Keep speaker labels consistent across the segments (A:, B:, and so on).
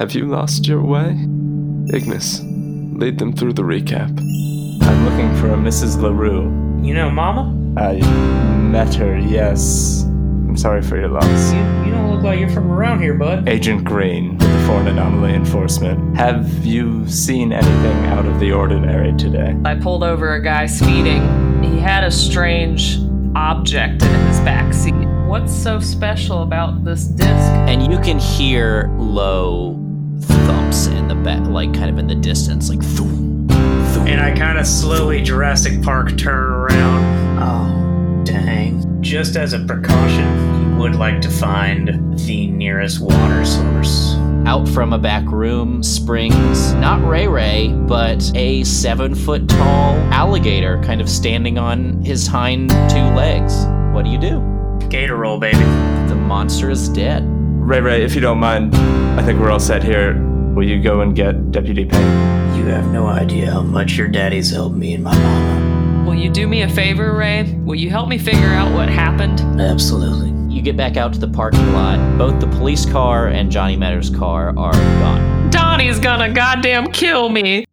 A: Have you lost your way? Ignis, lead them through the recap.
B: I'm looking for a Mrs. LaRue.
C: You know, Mama,
B: I met her, yes. I'm sorry for your loss.
C: you, you don't look like you're from around here, bud.
B: Agent Green, with the Foreign Anomaly Enforcement. Have you seen anything out of the ordinary today?
D: I pulled over a guy speeding. He had a strange object in his backseat. What's so special about this disc?
E: and you can hear low thumps in the back, like kind of in the distance, like thum, thum.
C: And I kind of slowly Jurassic Park turn around.
F: Oh, dang. Just as a precaution, you would like to find the nearest water source.
E: out from a back room springs not Ray Ray, but a seven foot tall alligator, kind of standing on his hind two legs. What do you do?
F: Gator roll, baby.
E: The monster is dead.
B: Ray Ray, if you don't mind, I think we're all set here. Will you go and get Deputy Payne?
F: You have no idea how much your daddy's helped me and my mama.
D: Will you do me a favor, Ray? Will you help me figure out what happened?
F: Absolutely.
E: You get back out to the parking lot. Both the police car and Johnny Meadows' car are gone.
D: Donnie's gonna goddamn kill me.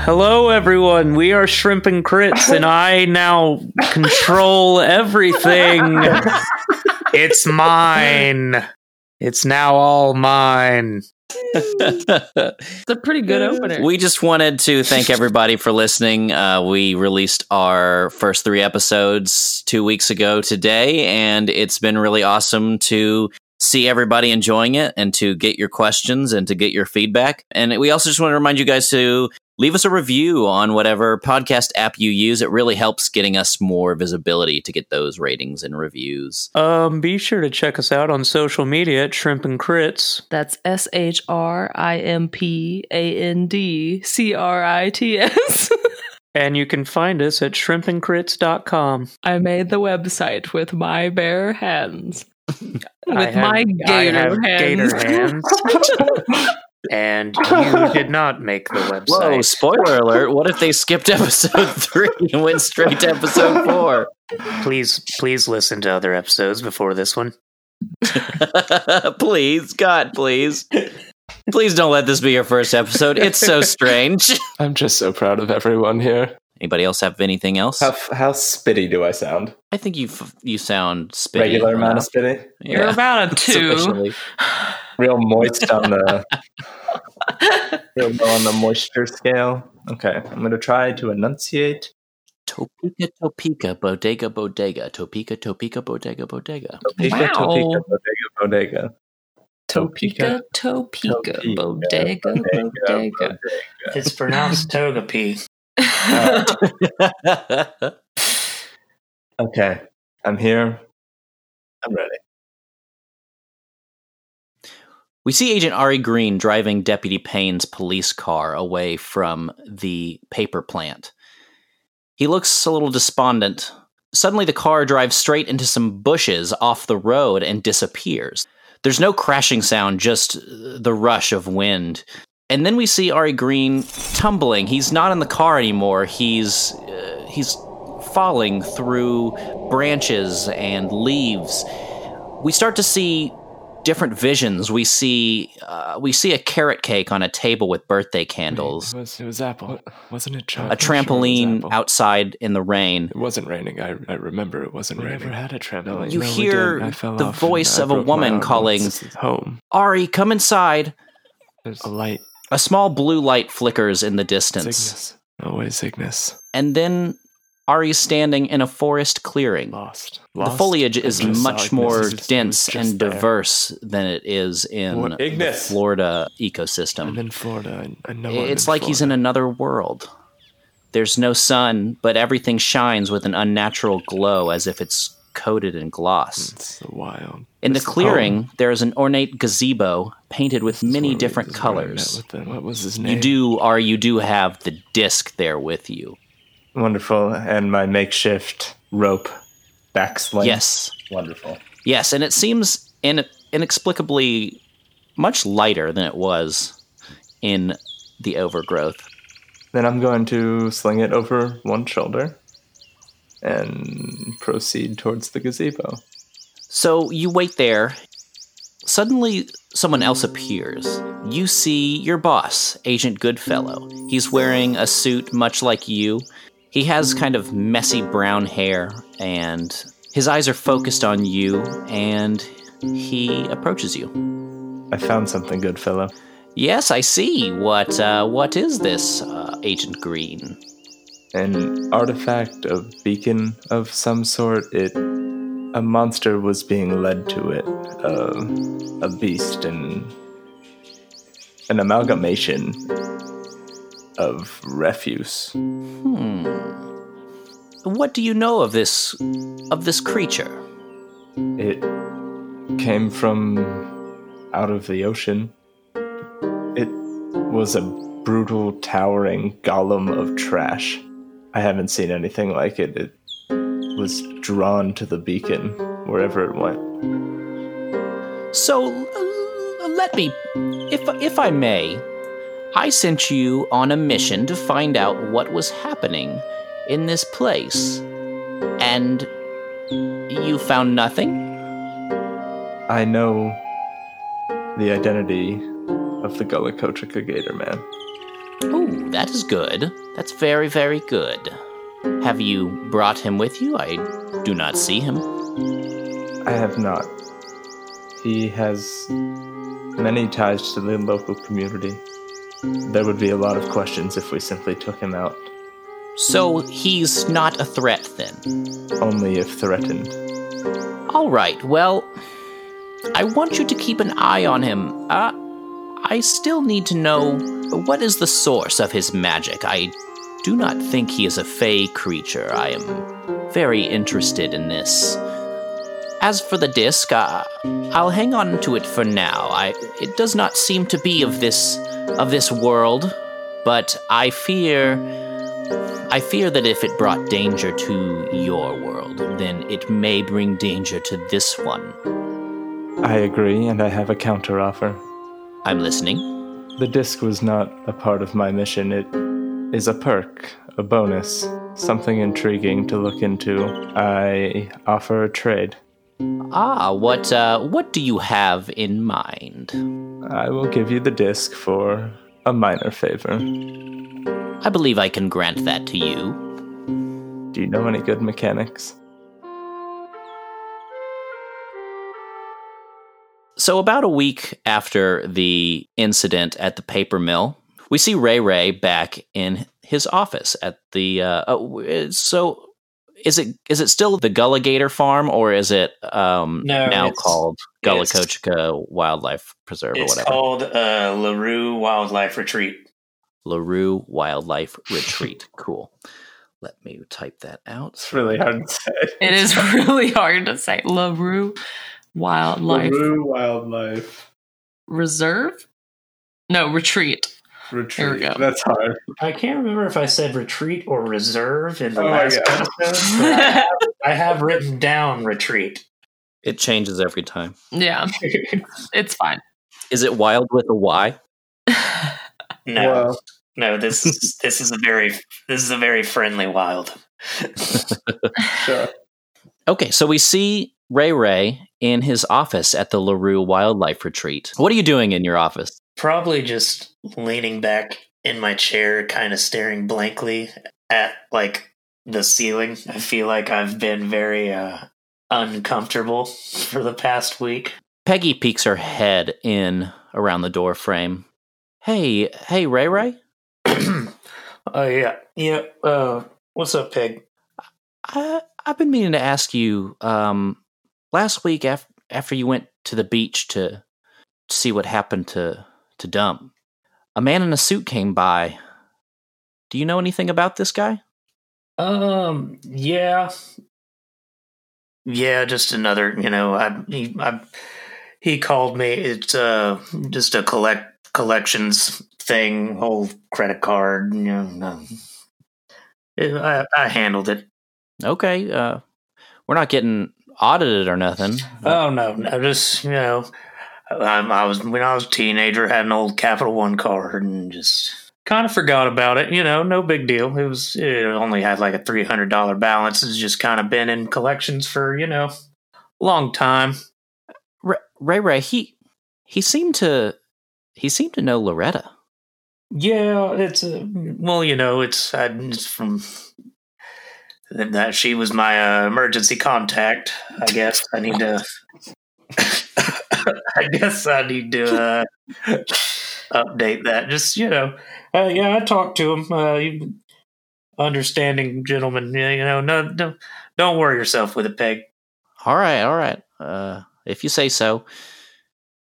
C: Hello, everyone. We are Shrimp and Crits, and I now control everything. it's mine. It's now all mine.
D: It's a pretty good opener.
E: we just wanted to thank everybody for listening. Uh, we released our first three episodes two weeks ago today, and it's been really awesome to see everybody enjoying it and to get your questions and to get your feedback. And we also just want to remind you guys to leave us a review on whatever podcast app you use. It really helps getting us more visibility to get those ratings and reviews.
C: Um, be sure to check us out on social media at Shrimp and Crits.
D: That's S H R I M P A N D C R I T S.
C: And you can find us at shrimpandcrits.com.
D: I made the website with my bare hands. With
C: I have-
D: my gator
C: I have
D: hands.
C: gator hands. and you did not make the
E: Whoa,
C: website.
E: spoiler alert. What if they skipped episode three and went straight to episode four?
F: Please, please listen to other episodes before this one.
E: please, God, please. Please don't let this be your first episode. It's so strange.
A: I'm just so proud of everyone here.
E: Anybody else have anything else?
G: How, f- how spitty do I sound?
E: I think you f- you sound spitty.
G: Regular amount of spitty?
D: You're
E: Yeah,
D: about a two.
E: sufficiently.
G: Real moist on the real low on the moisture scale. Okay, I'm gonna try to enunciate
E: Topeka, Topeka, bodega, bodega. Topeka, Topeka, bodega, bodega.
G: Topeka,
D: Wow.
G: Topeka, bodega, bodega.
D: Topeka, Topeka,
G: Topeka,
D: bodega, bodega.
F: It's pronounced Togepi.
G: Okay, I'm here. I'm ready.
E: We see Agent Ari Green driving Deputy Payne's police car away from the paper plant. He looks a little despondent. Suddenly, the car drives straight into some bushes off the road and disappears. There's no crashing sound, just uh, the rush of wind. And then we see Ari Green tumbling. He's not in the car anymore. He's uh, he's falling through branches and leaves. We start to see different visions. We see uh, we see a carrot cake on a table with birthday candles.
A: It was, it was Apple. Wasn't it
E: A trampoline
A: out.
E: outside in the rain.
A: It wasn't raining. I, I remember it wasn't raining. never had a trampoline.
E: You hear the voice of a woman calling-
A: home.
E: Ari, come inside.
A: There's a light.
E: A small blue light flickers in the distance.
A: Cygnus. Always Ignis.
E: And then Ari's standing in a forest clearing.
A: Lost.
E: The
A: Lost.
E: foliage is
A: I just saw
E: much
A: Ignis.
E: more
A: It was
E: dense
A: just
E: and
A: there.
E: diverse than it is in
A: What-
E: the
G: Ignis.
E: Florida ecosystem.
A: I'm in Florida. and I know I'm
E: it's like he's in another world. There's no sun, but everything shines with an unnatural glow as if it's coated in gloss.
A: It's the wild.
E: In the
A: It's
E: clearing, there is an ornate gazebo painted with
A: This is
E: many
A: where we-
E: different
A: this is where we met
E: colors.
A: with them. What was his name?
E: You do, or you do have the disc there with you.
G: Wonderful. And my makeshift rope backsling.
E: Yes,
G: Wonderful.
E: yes, and it seems in, inexplicably much lighter than it was in the overgrowth.
G: Then I'm going to sling it over one shoulder and proceed towards the gazebo.
E: So you wait there. Suddenly, someone else appears. You see your boss, Agent Goodfellow. He's wearing a suit much like you. He has kind of messy brown hair, and his eyes are focused on you, and he approaches you.
G: I found something good, fellow.
E: Yes, I see. What uh, what is this, uh, Agent Green?
G: An artifact of beacon of some sort. It a monster was being led to it. Uh, a beast and an amalgamation of refuse.
E: What do you know of this of this creature?
G: It came from out of the ocean. It was a brutal, towering golem of trash. I haven't seen anything like it. It was drawn to the beacon wherever it went.
E: So l- let me, if if I may, I sent you on a mission to find out what was happening in this place, and you found nothing.
G: I know the identity of the Gullicotrica Gator Man.
E: Ooh, that is good. That's very very good. Have you brought him with you? I do not see him.
G: I have not. He has many ties to the local community. There would be a lot of questions if we simply took him out.
E: So he's not a threat then.
G: only if threatened.
E: All right, well, I want you to keep an eye on him. Uh, I still need to know what is the source of his magic. I do not think he is a fey creature. I am very interested in this. As for the disc, uh, I'll hang on to it for now. I, it does not seem to be of this of this world, but I fear I fear that if it brought danger to your world, then it may bring danger to this one.
G: I agree, and I have a counteroffer.
E: I'm listening.
G: The disc was not a part of my mission. It is a perk, a bonus, something intriguing to look into. I offer a trade.
E: Ah, what uh, what do you have in mind?
G: I will give you the disc for a minor favor.
E: I believe I can grant that to you.
G: Do you know any good mechanics?
E: So about a week after the incident at the paper mill, we see Ray Ray back in his office at the. Uh, oh, uh, so is it is it still the Gulligator Farm or is it um,
F: No,
E: now
F: it's-
E: called
F: it's-
E: Gullicochica Wildlife Preserve or
F: It's
E: whatever?
F: called uh, LaRue Wildlife Retreat.
E: LaRue Wildlife Retreat. cool. Let me type that out.
G: It's really hard to say.
D: It is really hard to say. LaRue Wildlife
G: Wildlife
D: Reserve? No, retreat. There we
G: Retreat.
D: go.
G: That's hard.
F: I can't remember if I said retreat or reserve in the
G: Oh my
F: last
G: God.
F: episode. but I have- I have written down retreat.
E: It changes every time.
D: yeah, it's fine.
E: Is it wild with a Y?
F: no,
G: Well,
F: no. This is this is a very this is a very friendly wild.
G: sure.
E: Okay, so we see Ray Ray in his office at the LaRue Wildlife Retreat. What are you doing in your office?
F: Probably just leaning back in my chair, kind of staring blankly at like the ceiling. I feel like I've been very uh, uncomfortable for the past week.
E: Peggy peeks her head in around the door frame. Hey, hey, Ray Ray?
F: oh yeah, yeah. Uh, what's up, Peg?
E: I, I've been meaning to ask you. Um, last week, af- after you went to the beach to see what happened to to Dump, a man in a suit came by. Do you know anything about this guy?
F: Um, yeah. Yeah, just another. You know, I he, I, he called me. It's uh, just a collect collections thing, whole credit card. You know, no. It- I, I handled it.
E: Okay, uh, we're not getting audited or nothing.
F: Oh no, no, just you know, I, I was when I was a teenager, had an old Capital One card and just kind of forgot about it. You know, no big deal. It was it only had like a three hundred dollar balance. It's just kind of been in collections for you know, long time.
E: Ray Ray, Ray he he seemed to he seemed to know Loretta.
F: Yeah, it's uh, a well, you know, it's, I, it's from that she was my uh, emergency contact. I guess I need to. I guess I need to uh, update that. Just you know, uh, yeah, I talked to him. Uh, he- understanding gentleman, yeah, you know, no, no, don't worry yourself with a peg.
E: All right, all right. Uh, if you say so,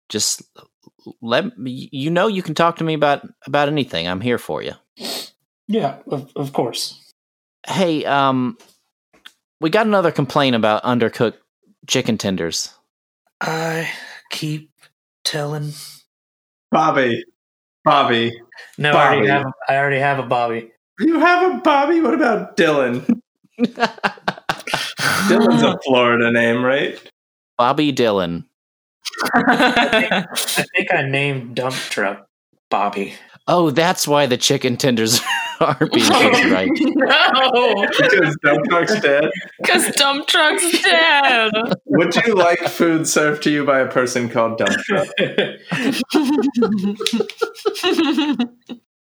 E: just let me, you know you can talk to me about about anything. I'm here for you.
F: Yeah, of, of course.
E: Hey, um, we got another complaint about undercooked chicken tenders.
F: I keep telling.
G: Bobby. Bobby.
F: No, I already
G: Bobby.
F: have. I already have a Bobby.
G: You have a Bobby? What about Dylan? Dylan's a Florida name, right?
E: Bobby Dylan.
F: I think I named dump truck Bobby.
E: Oh, that's why the chicken tenders are being cooked right.
D: No,
G: Because Dump Truck's dead.
D: because dump truck's dead.
G: Would you like food served to you by a person called Dump Truck?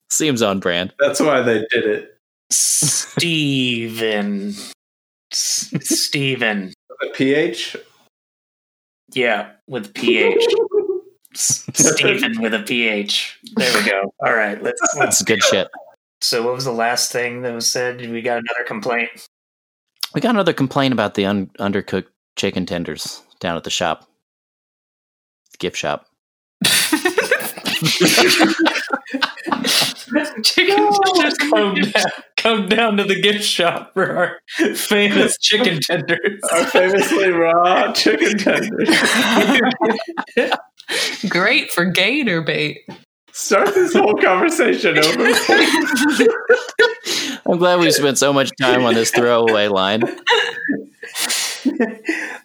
E: Seems on brand.
G: That's why they did it.
F: Steven. S- Steven.
G: The PH?
F: Yeah, with PH. S- Steven with a PH. There we go. All right, let's, let's.
E: That's good shit.
F: So, what was the last thing that was said? We got another complaint.
E: We got another complaint about the un- undercooked chicken tenders down at the shop, gift shop.
D: Chicken tenders
F: Come down, come down to the gift shop for our famous chicken tenders.
G: Our famously raw chicken tenders.
D: great for gator bait.
G: Start this whole conversation over.
E: I'm glad we spent so much time on this throwaway line.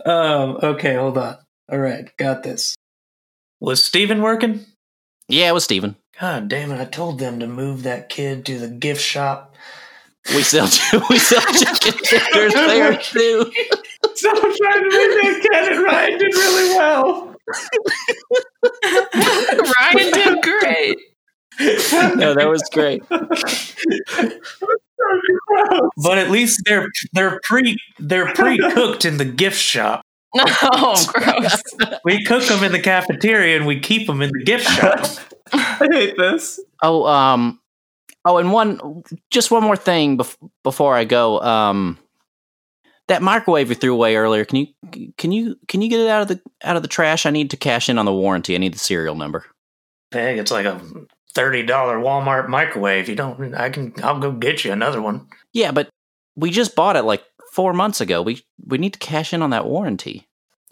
F: Um, okay, hold on. All right, got this. Was Steven working?
E: Yeah, it was Steven.
F: God damn it, I told them to move that kid to the gift shop.
E: We sell we sell chicken tenders there too.
G: Stop trying to make that canon, Ryan did really well.
D: Ryan did great.
E: No, that was great.
F: But at least they're they're pre they're pre cooked in the gift shop.
D: Oh, gross.
F: We cook them in the cafeteria and we keep them in the gift shop.
G: I hate this.
E: Oh, um, oh, and one, just one more thing bef- before I go. Um, that microwave you threw away earlier. Can you can you can you get it out of the out of the trash? I need to cash in on the warranty. I need the serial number.
F: Peg, it's like a thirty dollar Walmart microwave. You don't. I can. I'll go get you another one.
E: Yeah, but we just bought it like four months ago. We we need to cash in on that warranty.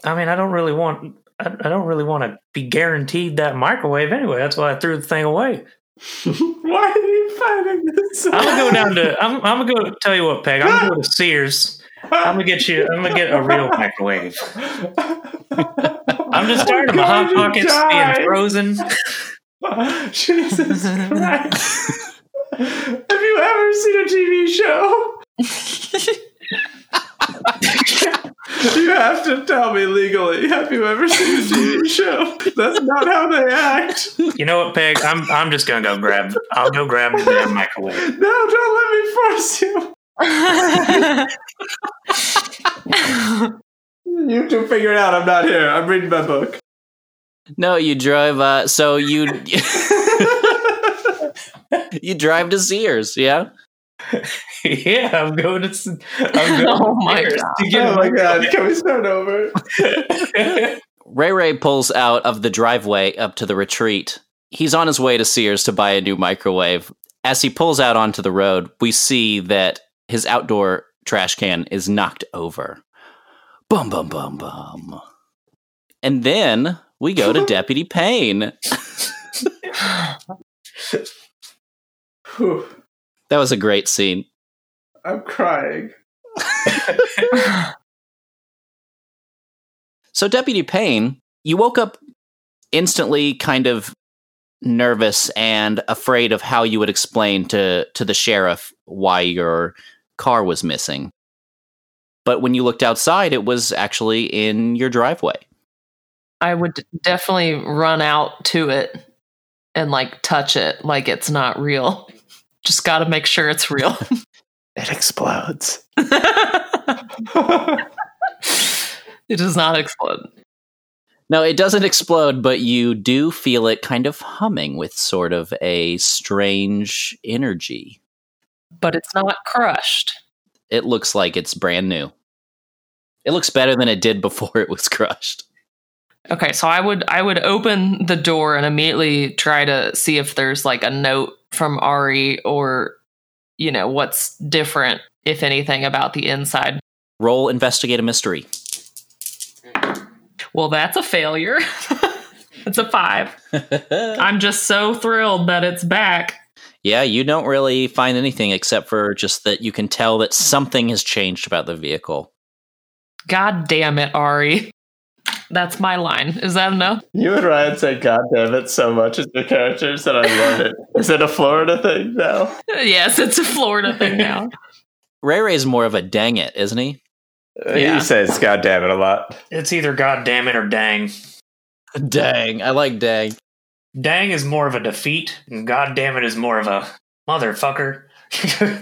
F: I mean, I don't really want. I, I don't really want to be guaranteed that microwave anyway. That's why I threw the thing away.
G: Why are you fighting this?
F: I'm gonna go down to. I'm, I'm gonna go tell you what, Peg. I'm gonna go to Sears. I'm gonna get you. I'm gonna get a real microwave. I'm just tired of my hot pockets being frozen.
G: frozen. Jesus Christ. Have you ever seen a TV show? you have to tell me legally. Have you ever seen a TV show? That's not how they act.
F: You know what, Peg? I'm. I'm just gonna go grab. I'll go grab the damn microwave.
G: No, don't let me force you. You two figure it out. I'm not here. I'm reading my book.
E: No, you drive. Uh, so you you drive to Sears. Yeah.
F: yeah, I'm going to. s- I'm going
D: Oh
F: to
D: my
F: Sears
D: God.
F: to get
G: oh
F: a
G: my god, can we start over?
E: Ray Ray pulls out of the driveway up to the retreat. He's on his way to Sears to buy a new microwave. As he pulls out onto the road, we see that his outdoor trash can is knocked over. Bum bum bum bum. And then we go to Deputy Payne.
G: Whew,
E: That was a great scene.
G: I'm crying.
E: So, Deputy Payne, you woke up instantly kind of nervous and afraid of how you would explain to, to the sheriff why your car was missing. But when you looked outside, it was actually in your driveway.
D: I would definitely run out to it and like touch it like it's not real. Just got to make sure it's real.
G: It explodes.
D: it does not explode.
E: No, it doesn't explode, but you do feel it kind of humming with sort of a strange energy.
D: But it's not crushed.
E: It looks like it's brand new. It looks better than it did before it was crushed.
D: Okay, so I would I would open the door and immediately try to see if there's like a note from Ari or you know what's different if anything about the inside.
E: Roll investigate a mystery.
D: Well, that's a failure. it's a 5. I'm just so thrilled that it's back.
E: Yeah, you don't really find anything except for just that you can tell that something has changed about the vehicle.
D: God damn it, Ari. That's my line. Is that enough?
G: You and Ryan say "God damn it" so much as your characters that I love it. Is it a Florida thing now?
D: Yes, it's a Florida thing now.
E: Ray Ray's more of a dang it, isn't he?
D: Yeah.
G: He says "God damn it" a lot.
F: It's either God damn it or dang.
E: Dang. I like dang.
F: Dang is more of a defeat, and God damn it is more of a motherfucker.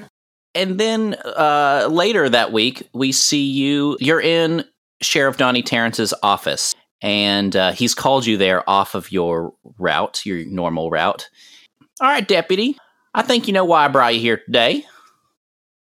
E: And then uh, later that week, we see you. You're in Sheriff Donnie Terrence's office, and uh, he's called you there off of your route, your normal route. All right, Deputy. I think you know why I brought you here today.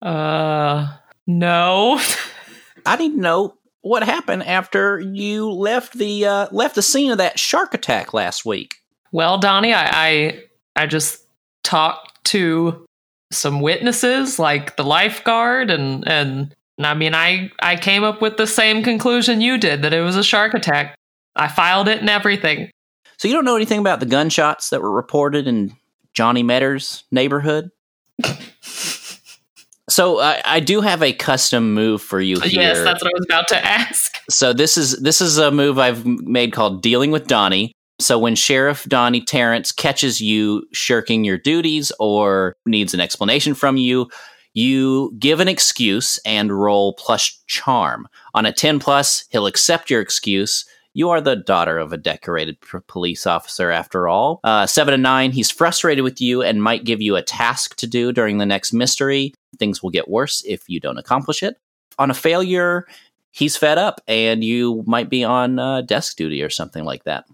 D: Uh no.
E: I need to know what happened after you left the uh, left the scene of that shark attack last week.
D: Well, Donnie, I I, I just talked to some witnesses, like the lifeguard, and and and I mean, I I came up with the same conclusion you did that it was a shark attack. I filed it and everything.
E: So you don't know anything about the gunshots that were reported in Johnny Metter's neighborhood? so I I do have a custom move for you here.
D: Yes, that's what I was about to ask.
E: so this is this is a move I've made called dealing with Donnie. So when Sheriff Donnie Terrence catches you shirking your duties or needs an explanation from you, you give an excuse and roll plus charm. On a 10 plus, he'll accept your excuse. You are the daughter of a decorated p- police officer, after all. Uh, seven and nine, he's frustrated with you and might give you a task to do during the next mystery. Things will get worse if you don't accomplish it. On a failure, he's fed up and you might be on uh, desk duty or something like that.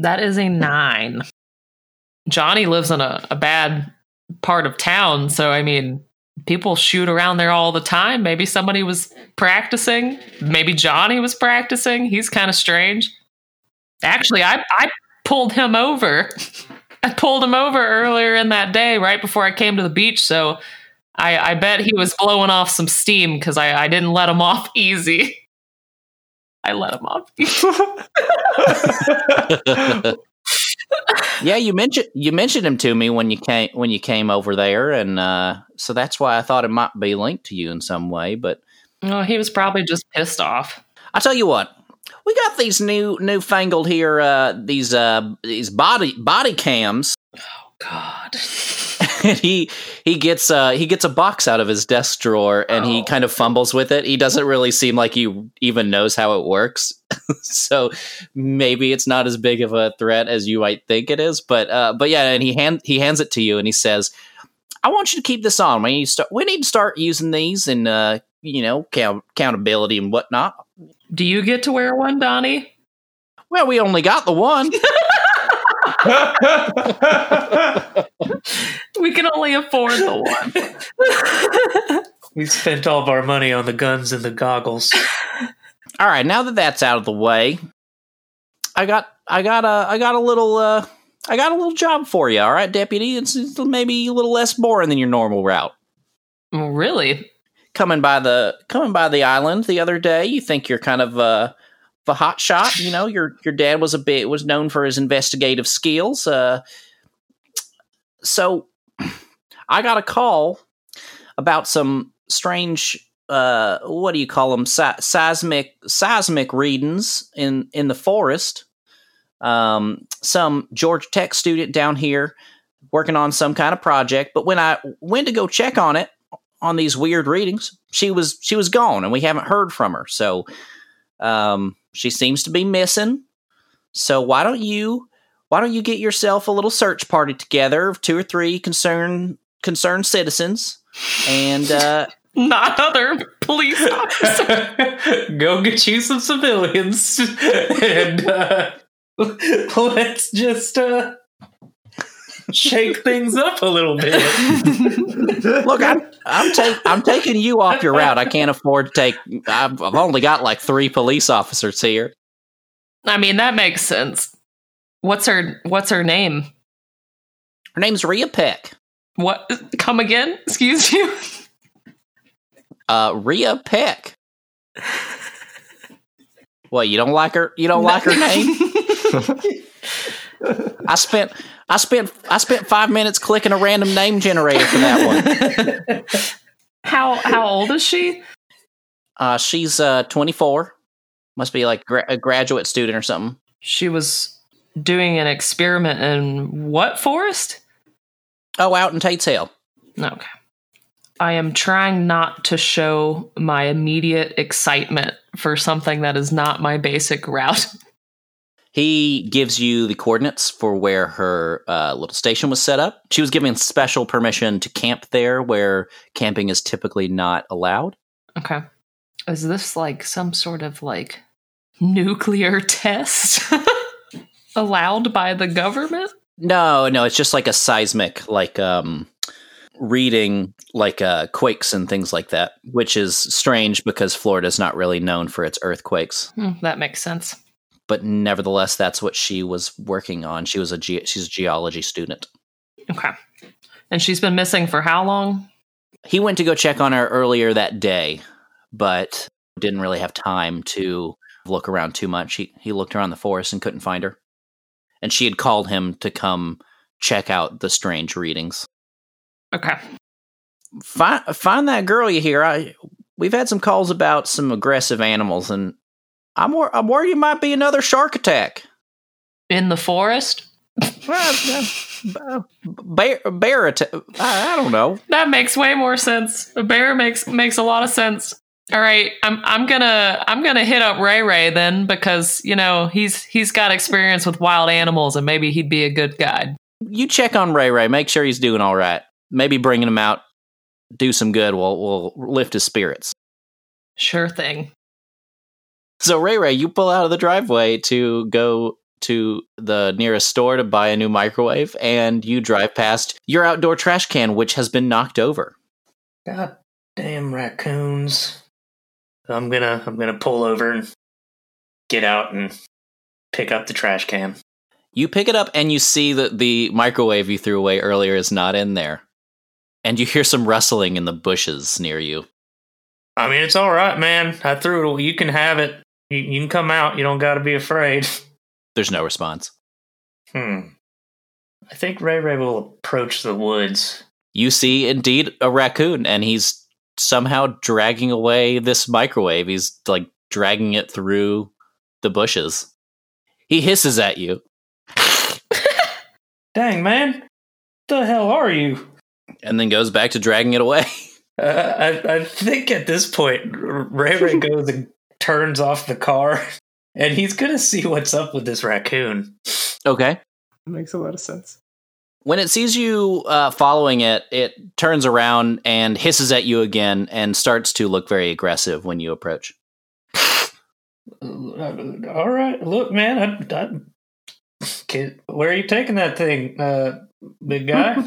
D: That is a nine. Johnny lives in a, a bad part of town, so I mean, people shoot around there all the time. Maybe somebody was practicing. Maybe Johnny was practicing. He's kind of strange. Actually, I, I pulled him over. I pulled him over earlier in that day, right before I came to the beach, so I, I bet he was blowing off some steam because I, I didn't let him off easy. I let him off
E: yeah, you mentioned you mentioned him to me when you came when you came over there, and uh, so that's why I thought it might be linked to you in some way. But
D: Oh, he was probably just pissed off.
E: I tell you what, we got these new newfangled here uh, these uh, these body body cams.
D: God.
E: and he he gets uh he gets a box out of his desk drawer and he kind of fumbles with it. He doesn't really seem like he even knows how it works. so maybe it's not as big of a threat as you might think it is, but uh but yeah, and he hand he hands it to you and he says, "I want you to keep this on. We need to start we need to start using these and uh you know, count- accountability and whatnot.
D: Do you get to wear one, Donnie?
E: Well, we only got the one.
D: We can only afford the one.
F: we spent all of our money on the guns and the goggles.
E: All right, now that that's out of the way, I got I got a I got a little uh I got a little job for you. All right, deputy, it's, it's maybe a little less boring than your normal route.
D: Really?
E: coming by the coming by the island the other day. You think you're kind of a a hot shot, you know. Your your dad was a bit was known for his investigative skills. Uh, so I got a call about some strange uh, what do you call them Se- seismic seismic readings in in the forest. Um, some Georgia Tech student down here working on some kind of project, but when I went to go check on it, on these weird readings. She was she was gone, and we haven't heard from her. So, um, she seems to be missing. So why don't you why don't you get yourself a little search party together of two or three concerned concerned citizens, and uh,
D: Not other police officers.
B: Go get you some civilians, and uh, let's just uh, shake things up a little bit.
E: look, I'm I'm, ta- I'm taking you off your route. I can't afford to take. I've, I've only got like three police officers here.
D: I mean, that makes sense. What's her what's her name?
E: Her name's Rhea Peck.
D: What come again? Excuse you.
E: Uh, Rhea Peck. Well, you don't like her. You don't like her name. I spent I spent I spent five minutes clicking a random name generator for that one.
D: how how old is she?
E: Uh, she's uh, 24. Must be like gra- a graduate student or something.
D: She was doing an experiment in what forest?
E: Oh, out in Tate's Hill.
D: Okay. I am trying not to show my immediate excitement for something that is not my basic route.
E: He gives you the coordinates for where her uh, little station was set up. She was given special permission to camp there, where camping is typically not allowed.
D: Okay. Is this like some sort of like nuclear test allowed by the government?
E: No, no, it's just like a seismic, like um, reading, like uh, quakes and things like that, which is strange because Florida's not really known for its earthquakes.
D: Hmm, that makes sense.
E: But nevertheless, that's what she was working on. She was a ge- she's a geology student.
D: Okay. And she's been missing for how long?
E: He went to go check on her earlier that day, but didn't really have time to look around too much. He he looked around the forest and couldn't find her. And she had called him to come check out the strange readings.
D: Okay.
E: find find that girl you hear. I we've had some calls about some aggressive animals, and I'm wor- I'm worried it might be another shark attack.
D: In the forest?
E: Well, uh, b- bear bear attack. I, I don't know.
D: That makes way more sense. A bear makes makes a lot of sense. All right, I'm I'm gonna I'm gonna hit up Ray Ray then because you know he's he's got experience with wild animals and maybe he'd be a good guide.
E: You check on Ray Ray. Make sure he's doing all right. Maybe bringing him out, do some good. We'll we'll lift his spirits.
D: Sure thing.
E: So Ray Ray, you pull out of the driveway to go to the nearest store to buy a new microwave, and you drive past your outdoor trash can, which has been knocked over.
F: God damn raccoons. I'm gonna I'm gonna pull over and get out and pick up the trash can.
E: You pick it up and you see that the microwave you threw away earlier is not in there. And you hear some rustling in the bushes near you.
F: I mean it's alright, man. I threw it away. you can have it. You, you can come out, you don't gotta be afraid.
E: There's no response.
F: Hmm. I think Ray Ray will approach the woods.
E: You see indeed a raccoon and he's somehow dragging away this microwave. He's like dragging it through the bushes. He hisses at you.
F: Dang man, the hell are you?
E: And then goes back to dragging it away.
F: Uh, I, I think at this point, Ray Ray goes and turns off the car, and he's gonna see what's up with this raccoon.
E: okay.
G: makes a lot of sense.
E: when it sees you uh, following it, it turns around and hisses at you again and starts to look very aggressive when you approach.
F: Uh, All right, look, man, I, I, kid, where are you taking that thing, uh, big guy?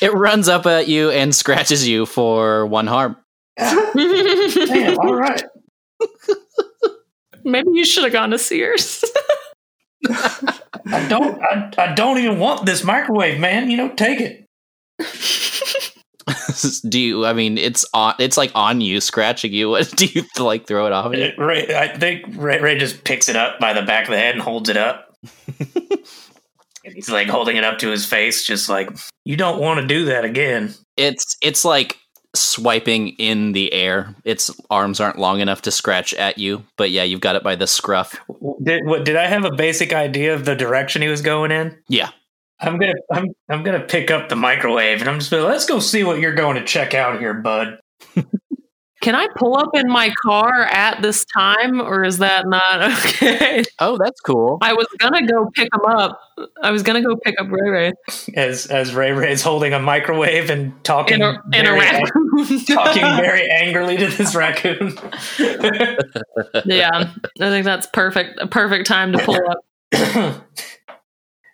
E: It runs up at you and scratches you for one harm.
F: Damn, all right.
D: Maybe you should have gone to Sears.
F: I don't, I, I don't even want this microwave, man. You know, take it.
E: do you? I mean, it's on. It's like on you, scratching you. What do you like? Throw it off?
F: Uh, Ray, I think Ray, Ray just picks it up by the back of the head and holds it up. and he's like holding it up to his face, just like, you don't want to do that again.
E: It's it's like swiping in the air. Its arms aren't long enough to scratch at you, but yeah, you've got it by the scruff.
F: Did, what, did I have a basic idea of the direction he was going in?
E: Yeah.
F: I'm gonna I'm I'm gonna pick up the microwave and I'm just gonna let's go see what you're going to check out here, bud.
D: Can I pull up in my car at this time, or is that not okay?
E: Oh, that's cool.
D: I was gonna go pick him up. I was gonna go pick up Ray Ray
F: As as Ray Ray is holding a microwave and talking
D: in a, in a
F: very-
D: raccoon.
F: talking very angrily to this raccoon.
D: yeah, I think that's perfect. A perfect time to pull up.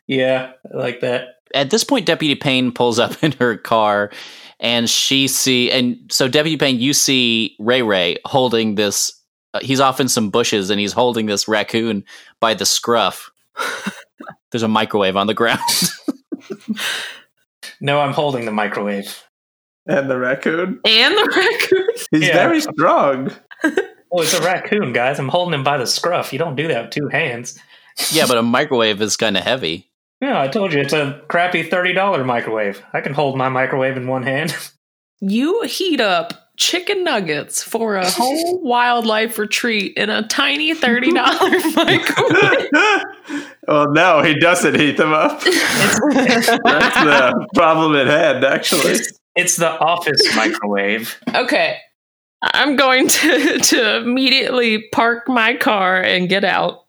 F: yeah, I like that.
E: At this point, Deputy Payne pulls up in her car, and she see and so Deputy Payne, you see Ray Ray holding this. uh, he's off in some bushes, and he's holding this raccoon by the scruff. There's a microwave on the ground.
F: No, I'm holding the microwave.
G: And the raccoon.
D: And the raccoon.
G: He's
F: Yeah.
G: very strong.
F: Oh, it's a raccoon, guys. I'm holding him by the scruff. You don't do that with two hands.
E: yeah, but a microwave is kind of heavy.
F: Yeah, I told you it's a crappy thirty dollar microwave. I can hold my microwave in one hand.
D: You heat up chicken nuggets for a whole wildlife retreat in a tiny thirty dollar microwave.
G: well, no, he doesn't heat them up. That's the problem at hand, actually.
F: It's the office microwave.
D: Okay. I'm going to to immediately park my car and get out.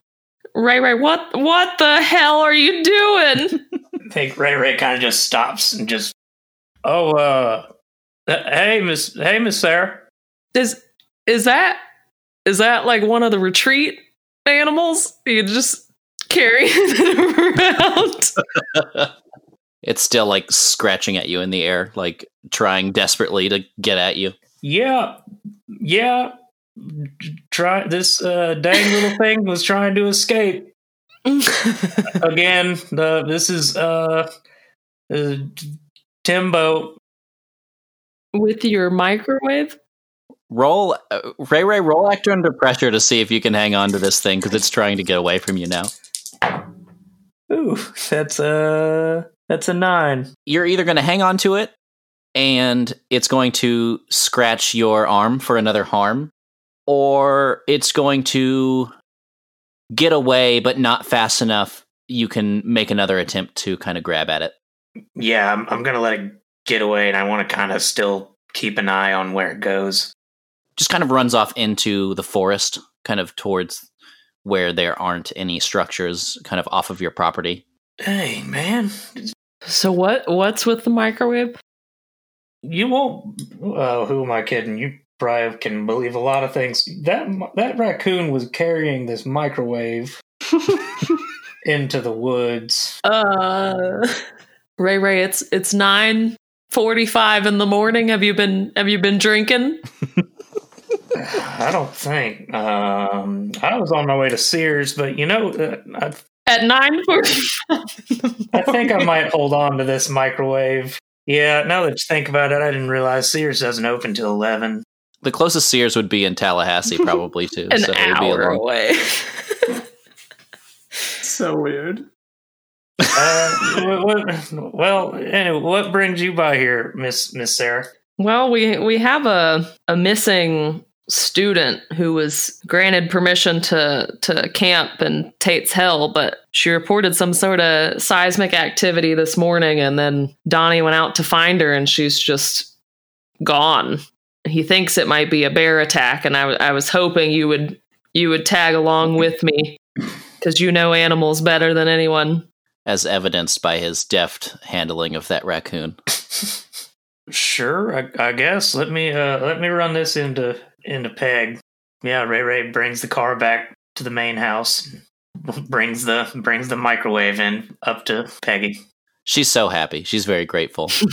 D: Ray Ray, what what the hell are you doing?
F: I think Ray Ray kind of just stops and just. Oh, uh, uh, hey, Miss, hey, Miss Sarah.
D: Is is that is that like one of the retreat animals? You just carrying it around.
E: It's still like scratching at you in the air, like trying desperately to get at you.
F: Yeah, yeah. Try this uh, dang little thing was trying to escape again. The this is uh, uh Timbo.
D: With your microwave?
E: Roll, uh, Ray Ray, roll actor under pressure to see if you can hang on to this thing because it's trying to get away from you now.
F: Ooh, that's uh that's a nine.
E: You're either going to hang on to it and it's going to scratch your arm for another harm, or it's going to get away but not fast enough. You can make another attempt to kind of grab at it.
F: Yeah, I'm, I'm gonna let it get away, and I want to kind of still keep an eye on where it goes.
E: just kind of runs off into the forest, kind of towards where there aren't any structures, kind of off of your property.
F: Hey, man,
D: So what what's with the microwave?
F: you won't. Oh, who am I kidding? You probably can believe a lot of things. That that raccoon was carrying this microwave into the woods.
D: Uh Ray Ray, it's it's nine forty five in the morning. Have you been have you been drinking?
F: I don't think. Um, I was on my way to Sears, but you know, uh, I,
D: At nine forty
F: I think I might hold on to this microwave. Yeah, now that you think about it, I didn't realize Sears doesn't open till eleven.
E: The closest Sears would be in Tallahassee, probably too.
D: an
E: it would
D: hour
E: long-
D: away.
G: So weird.
F: Uh, what, what, well, anyway, what brings you by here, Miss Miss Sarah?
D: well, we we have a a missing student who was granted permission to to camp in Tate's Hell, but she reported some sort of seismic activity this morning, and then Donnie went out to find her, and she's just gone. He thinks it might be a bear attack, and I w- I was hoping you would you would tag along with me because you know animals better than anyone.
E: as evidenced by his deft handling of that raccoon.
F: Sure, I, I guess. Let me uh, let me run this into into Peg. Yeah, Ray Ray brings the car back to the main house. Brings the brings the microwave in up to Peggy.
E: She's so happy. She's very grateful. She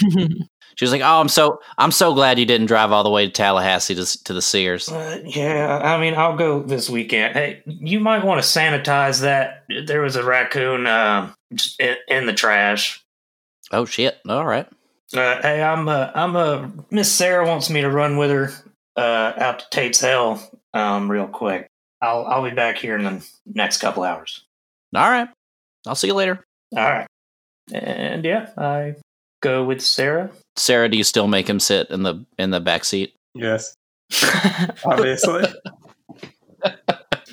E: was like, "Oh, I'm so I'm so glad you didn't drive all the way to Tallahassee to, s- to the Sears."
F: Uh, yeah, I mean, I'll go this weekend. Hey, you might want to sanitize that. There was a raccoon uh, in, in the trash.
E: Oh shit! All right.
F: Uh, hey, I'm uh, I'm uh, Miss Sarah wants me to run with her uh, out to Tate's Hill um, real quick. I'll I'll be back here in the next couple hours.
E: All right. I'll see you later.
F: All right. And yeah, I go with Sarah.
E: Sarah, do you still make him sit in the in the back seat?
G: Yes. Obviously.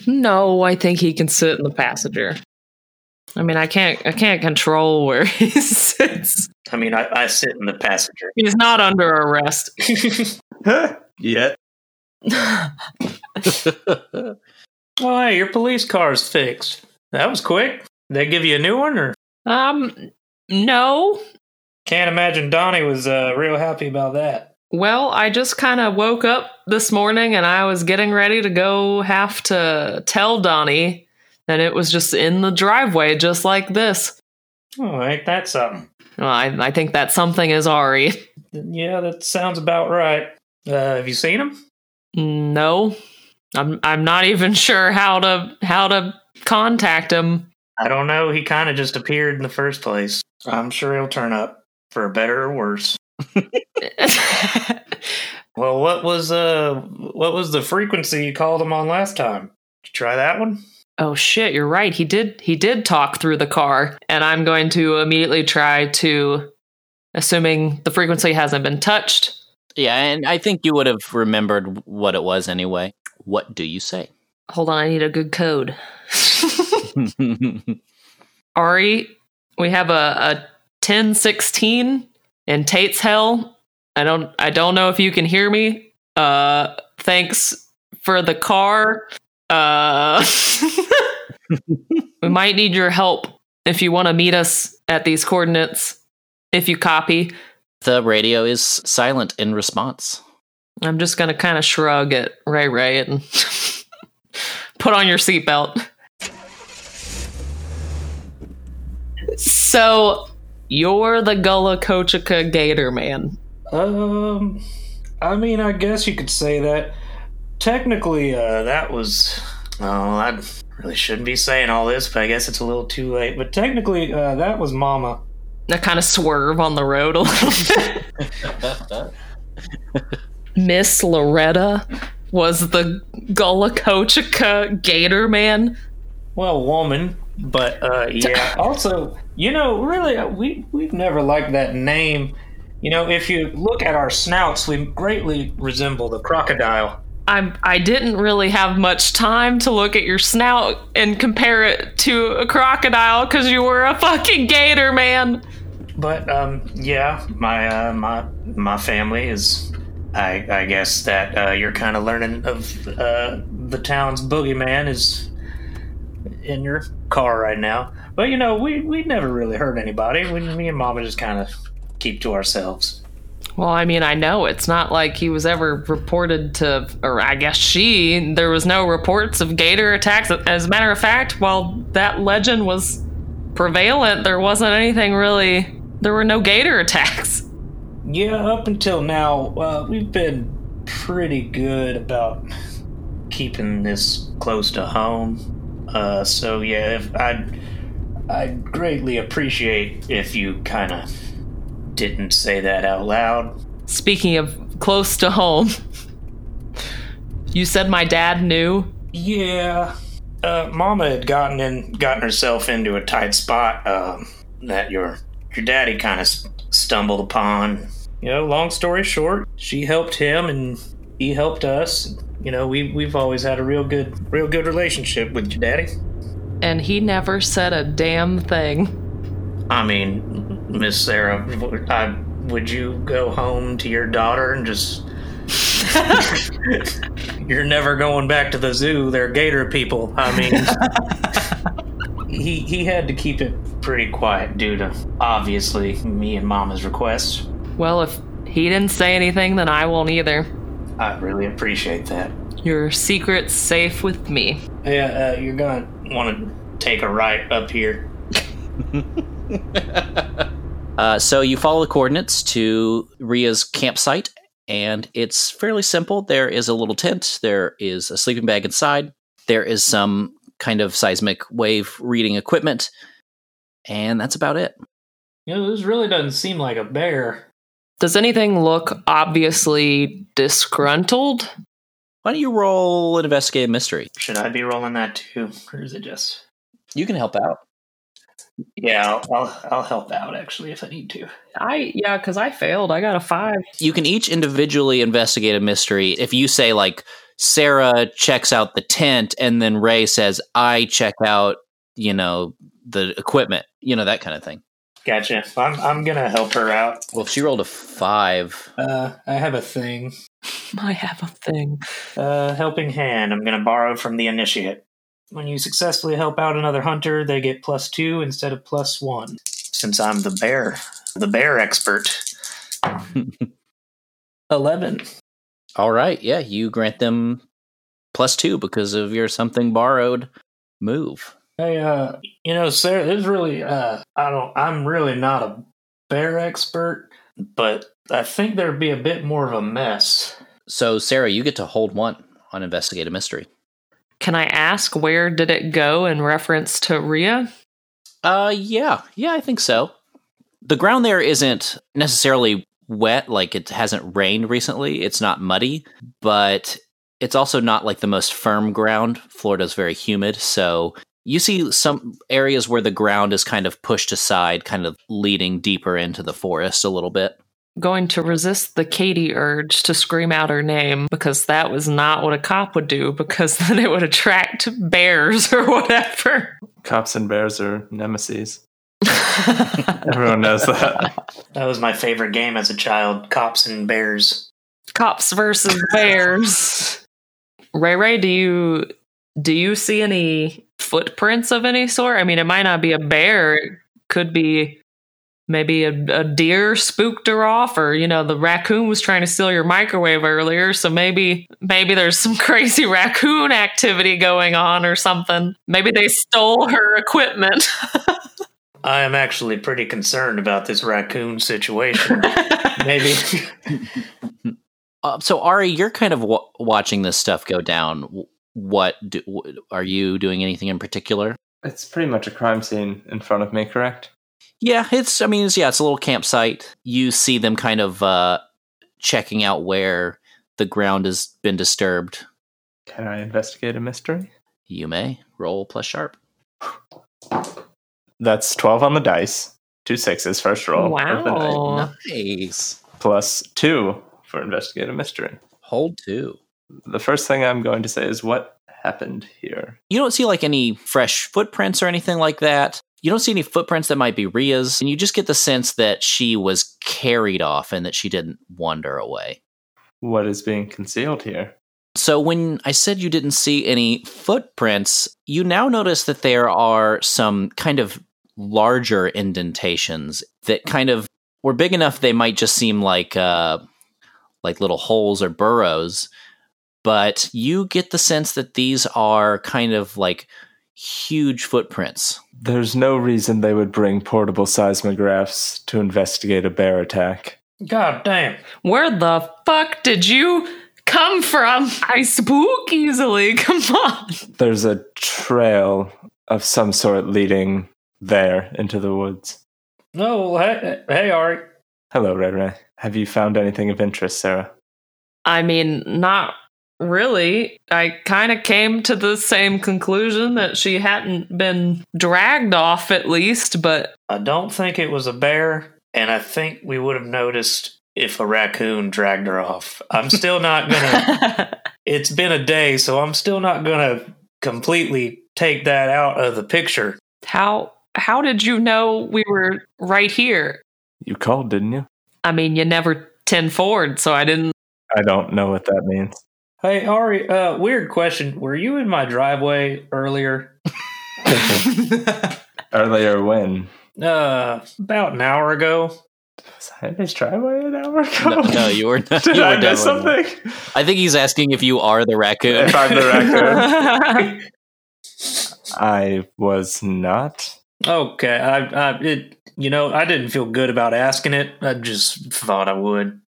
D: No, I think he can sit in the passenger. I mean, I can't I can't control where he sits.
F: I mean, I, I sit in the passenger.
D: He's not under arrest.
G: Yet.
F: Oh, hey, your police car's fixed. That was quick. They give you a new one, or
D: um no.
F: can't imagine Donnie was uh, real happy about that.
D: Well, I just kind of woke up this morning and I was getting ready to go have to tell Donnie and it was just in the driveway just like this.
F: Oh, ain't that something?
D: Well, I, I think that something is Ari.
F: Yeah, that sounds about right. Uh, have you seen him?
D: No. I'm I'm not even sure how to how to contact him.
F: I don't know. He kind of just appeared in the first place. I'm sure he'll turn up for better or worse. Well, what was uh, what was the frequency you called him on last time? Did you try that one?
D: Oh shit, you're right. He did he did talk through the car and I'm going to immediately try to assuming the frequency hasn't been touched.
E: Yeah, and I think you would have remembered what it was anyway. What do you say?
D: Hold on, I need a good code. Ari, we have a, a 1016 in Tate's Hell. I don't I don't know if you can hear me. Uh thanks for the car. Uh We might need your help if you want to meet us at these coordinates. If you copy,
E: the radio is silent in response.
D: I'm just going to kind of shrug at Ray Ray and put on your seatbelt. So, you're the Gullah Kochika Gator Man.
F: Um, I mean, I guess you could say that. Technically, uh, that was. Oh, I really shouldn't be saying all this, but I guess it's a little too late. But technically, uh, that was Mama.
D: I kind of swerve on the road a little bit. Miss Loretta was the Gullah Kochika Gator Man.
F: Well, woman, but uh, yeah. also, you know, really, uh, we we've never liked that name. You know, if you look at our snouts, we greatly resemble the crocodile.
D: I'm, I didn't really have much time to look at your snout and compare it to a crocodile because you were a fucking gator, man.
F: But um, yeah, my uh, my my family is. I I guess that uh, you're kind of learning of uh, the town's boogeyman is in your car right now. But you know, we we never really hurt anybody. We, me and Mama just kind of keep to ourselves.
D: Well, I mean, I know it's not like he was ever reported to, or I guess she, there was no reports of gator attacks. As a matter of fact, while that legend was prevalent, there wasn't anything really, there were no gator attacks.
F: Yeah, up until now, uh, we've been pretty good about keeping this close to home. Uh, so yeah, if I'd I'd greatly appreciate if you kind of didn't say that out loud.
D: Speaking of close to home, you said my dad knew.
F: Yeah, uh, Mama had gotten in, gotten herself into a tight spot um, that your your daddy kind of stumbled upon. You know, long story short, she helped him and he helped us. You know, we we've always had a real good real good relationship with your daddy.
D: and he never said a damn thing.
F: I mean, Miss Sarah, w- I, would you go home to your daughter and just? You're never going back to the zoo. They're gator people. I mean, he he had to keep it pretty quiet due to obviously me and Mama's request.
D: Well, if he didn't say anything, then I won't either.
F: I really appreciate that.
D: Your secret's safe with me.
F: Yeah, uh, you're gonna want to take a right up here.
E: Uh, so you follow the coordinates to Ria's campsite, and it's fairly simple. There is a little tent, there is a sleeping bag inside, there is some kind of seismic wave reading equipment, and that's about it.
F: You know, this really doesn't seem like a bear.
D: Does anything look obviously disgruntled?
E: Why don't you roll an investigative mystery?
F: Should I be rolling that too, or is it just?
E: You can help out.
F: Yeah, I'll I'll, I'll help out actually if I need to.
D: I yeah, because I failed. I got a five.
E: You can each individually investigate a mystery. If you say like Sarah checks out the tent, and then Ray says I check out, you know, the equipment, you know, that kind of thing.
F: Gotcha. I'm I'm gonna help her out.
E: Well, if she rolled a five,
F: Uh, I have a thing.
D: I have a thing.
F: Uh, helping hand. I'm going to borrow from the initiate. When you successfully help out another hunter, they get plus two instead of plus one. Since I'm the bear, the bear expert. Eleven.
E: all right, yeah, you grant them plus two because of your something borrowed move.
F: Hey, uh, you know, Sarah, there's really, uh, I don't, I'm really not a bear expert, but I think there'd be a bit more of a mess.
E: So, Sarah, you get to hold one on investigate a mystery.
D: Can I ask where did it go in reference to Rhea?
E: Uh, yeah, yeah, I think so. The ground there isn't necessarily wet, like it hasn't rained recently. It's not muddy, but it's also not like the most firm ground. Florida's very humid, so you see some areas where the ground is kind of pushed aside, kind of leading deeper into the forest a little bit.
D: Going to resist the Katie urge to scream out her name because that was not what a cop would do because then it would attract bears or whatever.
G: Cops and bears are nemesis. Everyone knows that.
F: That was my favorite game as a child cops and bears.
D: Cops versus bears. Ray Ray, do you do you see any footprints of any sort? I mean, it might not be a bear. It could be maybe a, a deer spooked her off, or you know, the raccoon was trying to steal your microwave earlier. So maybe maybe there's some crazy raccoon activity going on or something. Maybe they stole her equipment.
F: I am actually pretty concerned about this raccoon situation. Maybe.
E: Uh, so, Ari, you're kind of wa watching this stuff go down. W- What do, w- are you doing anything in particular?
G: It's pretty much a crime scene in front of me, correct?
E: Yeah, it's. I mean, it's, yeah, it's a little campsite. You see them kind of uh, checking out where the ground has been disturbed.
G: Can I investigate a mystery?
E: You may roll plus sharp.
G: That's 12 on the dice, two sixes, first roll. of the night,
D: wow.
E: Nice.
G: plus two for investigate a mystery.
E: Hold two.
G: The first thing I'm going to say is what happened here?
E: You don't see like any fresh footprints or anything like that. You don't see any footprints that might be Ria's, and you just get the sense that she was carried off and that she didn't wander away.
G: What is being concealed here?
E: So, when I said you didn't see any footprints, you now notice that there are some kind of larger indentations that kind of were big enough they might just seem like uh, like little holes or burrows. But you get the sense that these are kind of like huge footprints.
G: There's no reason they would bring portable seismographs to investigate a bear attack.
F: God damn.
D: Where the fuck did you come from? I spook easily. Come on.
G: There's a trail of some sort leading there into the woods.
F: No, well, hey, hey, Ari.
G: Hello, Red Ray. Have you found anything of interest, Sarah?
D: I mean, not really. I kind of came to the same conclusion that she hadn't been dragged off, at least, but
F: I don't think it was a bear, and I think we would have noticed if a raccoon dragged her off. I'm still not gonna. it's been a day, so I'm still not gonna completely take that out of the picture.
D: how how did you know we were right here?
G: You called, didn't you?
D: I mean, you never ten forward, so I didn't.
G: I don't know what that means.
F: Hey, Ari. Uh, weird question. Were you in my driveway earlier?
G: Earlier when?
F: Uh, about an hour ago.
G: Was I in his driveway an hour ago?
E: No, no you were not.
G: Did
E: you
G: I
E: were
G: miss
E: definitely not.
G: something?
E: I think he's asking if you are the raccoon.
G: If I'm the raccoon.
D: I
G: I was not.
F: Okay. I, I, it. You know, I didn't feel good about asking it. I just thought I would.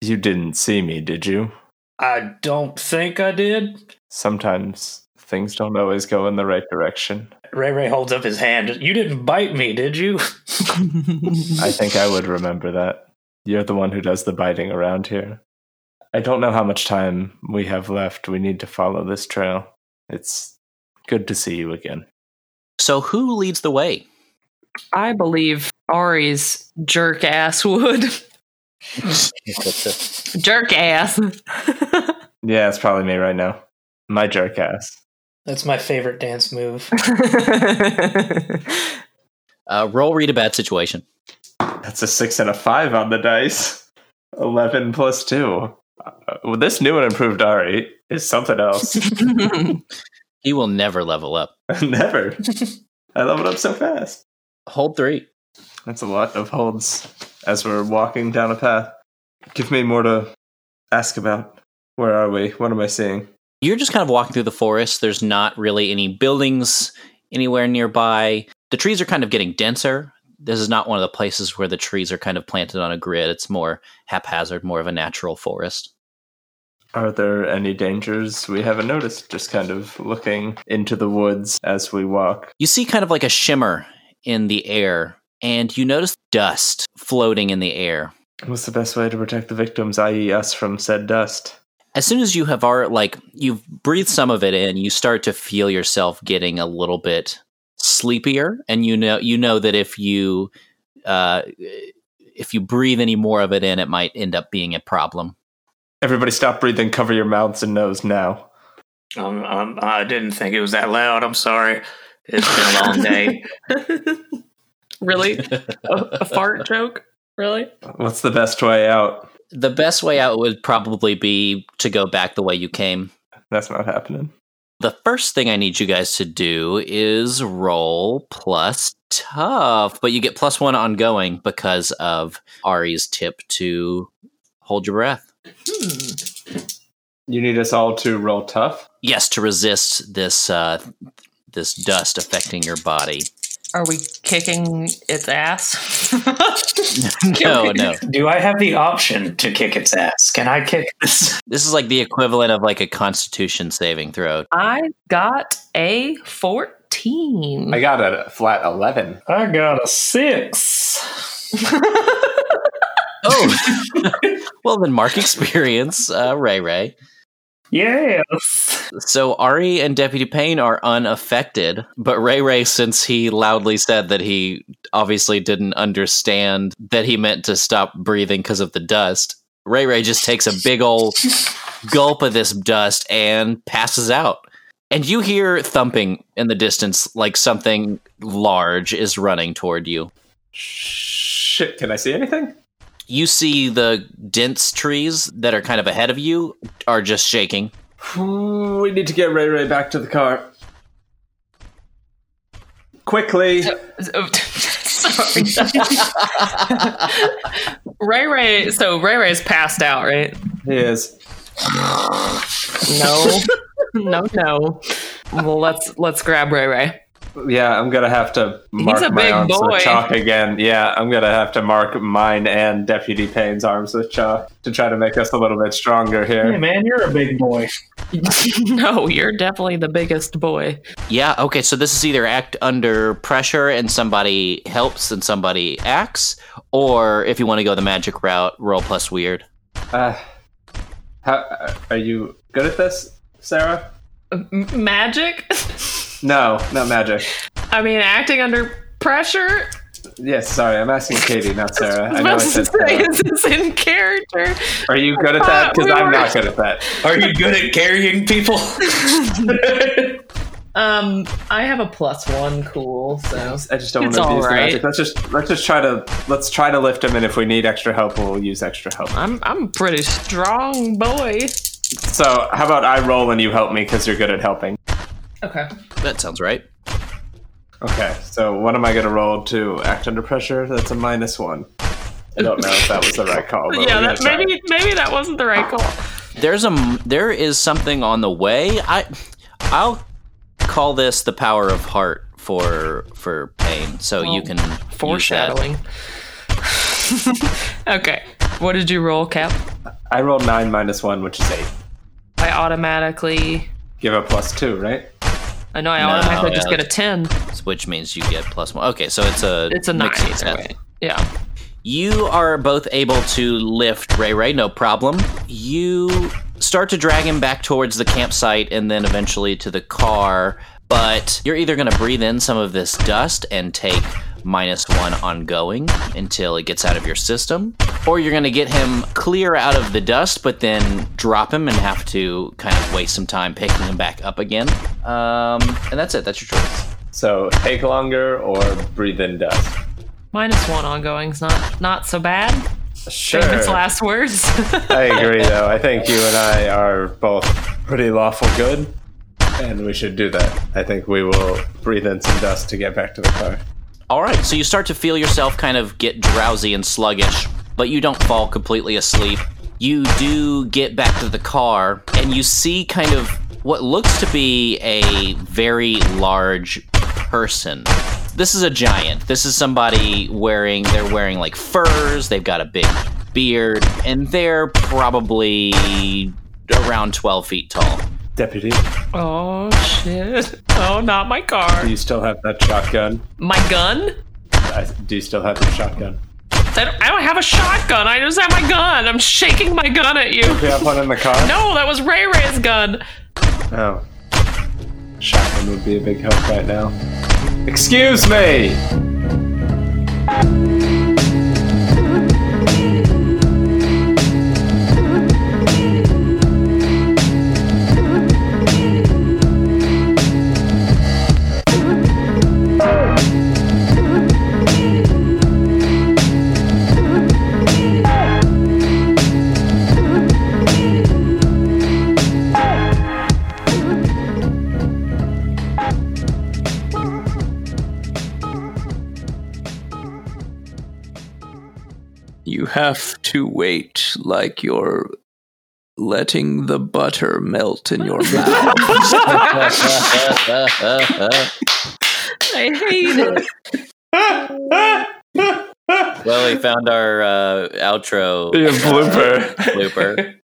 G: You didn't see me, did you?
F: I don't think I did.
G: Sometimes things don't always go in the right direction.
F: Ray Ray holds up his hand. You didn't bite me, did you?
G: I think I would remember that. You're the one who does the biting around here. I don't know how much time we have left. We need to follow this trail. It's good to see you again.
E: So who leads the way?
D: I believe Ari's jerk ass would. jerk ass.
G: Yeah, it's probably me right now. My jerk ass.
F: That's my favorite dance move.
E: Uh, roll read a bad situation.
G: That's a six and a five on the dice. 11 plus two. Uh, well, this new and improved Ari is something else.
E: He will never level up.
G: Never. I leveled up so fast.
E: Hold three.
G: That's a lot of holds as we're walking down a path. Give me more to ask about. Where are we? What am I seeing?
E: You're just kind of walking through the forest. There's not really any buildings anywhere nearby. The trees are kind of getting denser. This is not one of the places where the trees are kind of planted on a grid. It's more haphazard, more of a natural forest.
G: Are there any dangers we haven't noticed? Just kind of looking into the woods as we walk.
E: You see kind of like a shimmer in the air, and you notice dust floating in the air.
G: What's the best way to protect the victims, i.e., us, from said dust?
E: as soon as you have our like you've breathed some of it in you start to feel yourself getting a little bit sleepier and you know you know that if you uh if you breathe any more of it in it might end up being a problem
G: Everybody stop breathing, cover your mouths and nose now.
F: Um, um, I didn't think it was that loud. I'm sorry. It's been a long day.
D: really? A, a fart joke? Really?
G: What's the best way out?
E: the best way out would probably be to go back the way you came
G: That's not happening.
E: the first thing i need you guys to do is roll plus tough but you get plus one ongoing because of ari's tip to hold your breath
G: You need us all to roll tough.
E: yes to resist this uh this dust affecting your body
D: Are we kicking its ass?
E: no no
F: Do I have the option to kick its ass? Can I kick this?
E: this is like the equivalent of like a constitution saving throw
D: I got a 14.
G: I got a flat 11.
F: I got a six.
E: oh well then mark experience uh ray ray
F: Yes.
E: so ari and deputy payne are unaffected but ray ray since he loudly said that he obviously didn't understand that he meant to stop breathing because of the dust ray ray just takes a big old gulp of this dust and passes out and you hear thumping in the distance like something large is running toward you
G: Shit, can I see anything?
E: you see the dense trees that are kind of ahead of you are just shaking.
G: Ooh, We need to get Ray Ray back to the car. Quickly.
D: Sorry. Ray Ray. So Ray Ray's passed out, right?
G: He is.
D: No, no, no. Well, let's let's grab Ray Ray.
G: Yeah, I'm gonna have to mark
D: a
G: my
D: big
G: arms
D: boy.
G: with chalk again. Yeah, I'm gonna have to mark mine and Deputy Payne's arms with chalk to try to make us a little bit stronger
F: Hey,
G: here.
F: man, you're a big boy.
D: no, you're definitely the biggest boy.
E: Yeah, okay, so this is either act under pressure and somebody helps and somebody acts, or if you want to go the magic route, roll plus weird.
G: Uh, how, uh, are you good at this, Sarah?
D: M- magic.
G: No, not magic.
D: I mean, acting under pressure.
G: Yes, sorry, I'm asking Katie, not Sarah. I know I
D: About to
G: said
D: say,
G: Sarah.
D: is this in character?
G: Are you good at that? Because
D: We
G: I'm
D: were-
G: not good at that.
F: Are you good at carrying people?
D: Um, I have a plus one. Cool. So
G: I just don't want
D: It's
G: to abuse the
D: alright.
G: magic. Let's just let's just try to let's try to lift him, and if we need extra help, we'll use extra help.
D: I'm I'm a pretty strong boy.
G: So, how about I roll and you help me because you're good at helping?
D: Okay.
E: That sounds right.
G: Okay, so what am I gonna roll to act under pressure? That's a minus one. I don't know if that was the right call. But
D: yeah,
G: we're gonna
D: that,
G: try.
D: maybe maybe that wasn't the right call.
E: There's a m- there is something on the way. I I'll call this the power of heart for for pain. So you can use that.
D: Foreshadowing. okay. What did you roll, Cap?
G: I rolled nine minus one, which is eight.
D: I automatically.
G: Give a plus two, right?
D: I know I automatically
E: yeah,
D: just get a 10.
E: which means you get plus one. Okay, so it's a
D: It's a 9.
E: mixed
D: either
E: set.
D: way. Yeah.
E: You are both able to lift Ray Ray, no problem. You start to drag him back towards the campsite and then eventually to the car, but you're either going to breathe in some of this dust and take minus one ongoing until it gets out of your system, or you're going to get him clear out of the dust, but then drop him and have to kind of waste some time picking him back up again. Um, and that's it, that's your choice.
G: So take longer or breathe in dust.
D: Minus one ongoing's not not so bad.
G: Sure.
D: David's last words.
G: I agree, though. I think you and I are both pretty lawful good, and we should do that. I think we will breathe in some dust to get back to the car.
E: All right, so you start to feel yourself kind of get drowsy and sluggish, but you don't fall completely asleep. You do get back to the car, and you see kind of what looks to be a very large person. This is a giant. This is somebody wearing, they're wearing like furs, they've got a big beard, and they're probably around 12 feet tall.
G: Deputy,
D: oh shit! Oh, not my car.
G: do you still have that shotgun?
D: My gun?
G: I, do you still have the shotgun?
D: I don't, I don't have a shotgun. I just have my gun. I'm shaking my gun at you.
G: Do you have one in the car?
D: No, that was Ray Ray's gun.
G: Oh. Shotgun would be a big help right now. Excuse me!
H: You have to wait like you're letting the butter melt in your mouth.
D: I hate it.
E: Well, we found our uh, outro
A: Be a blooper.
E: blooper.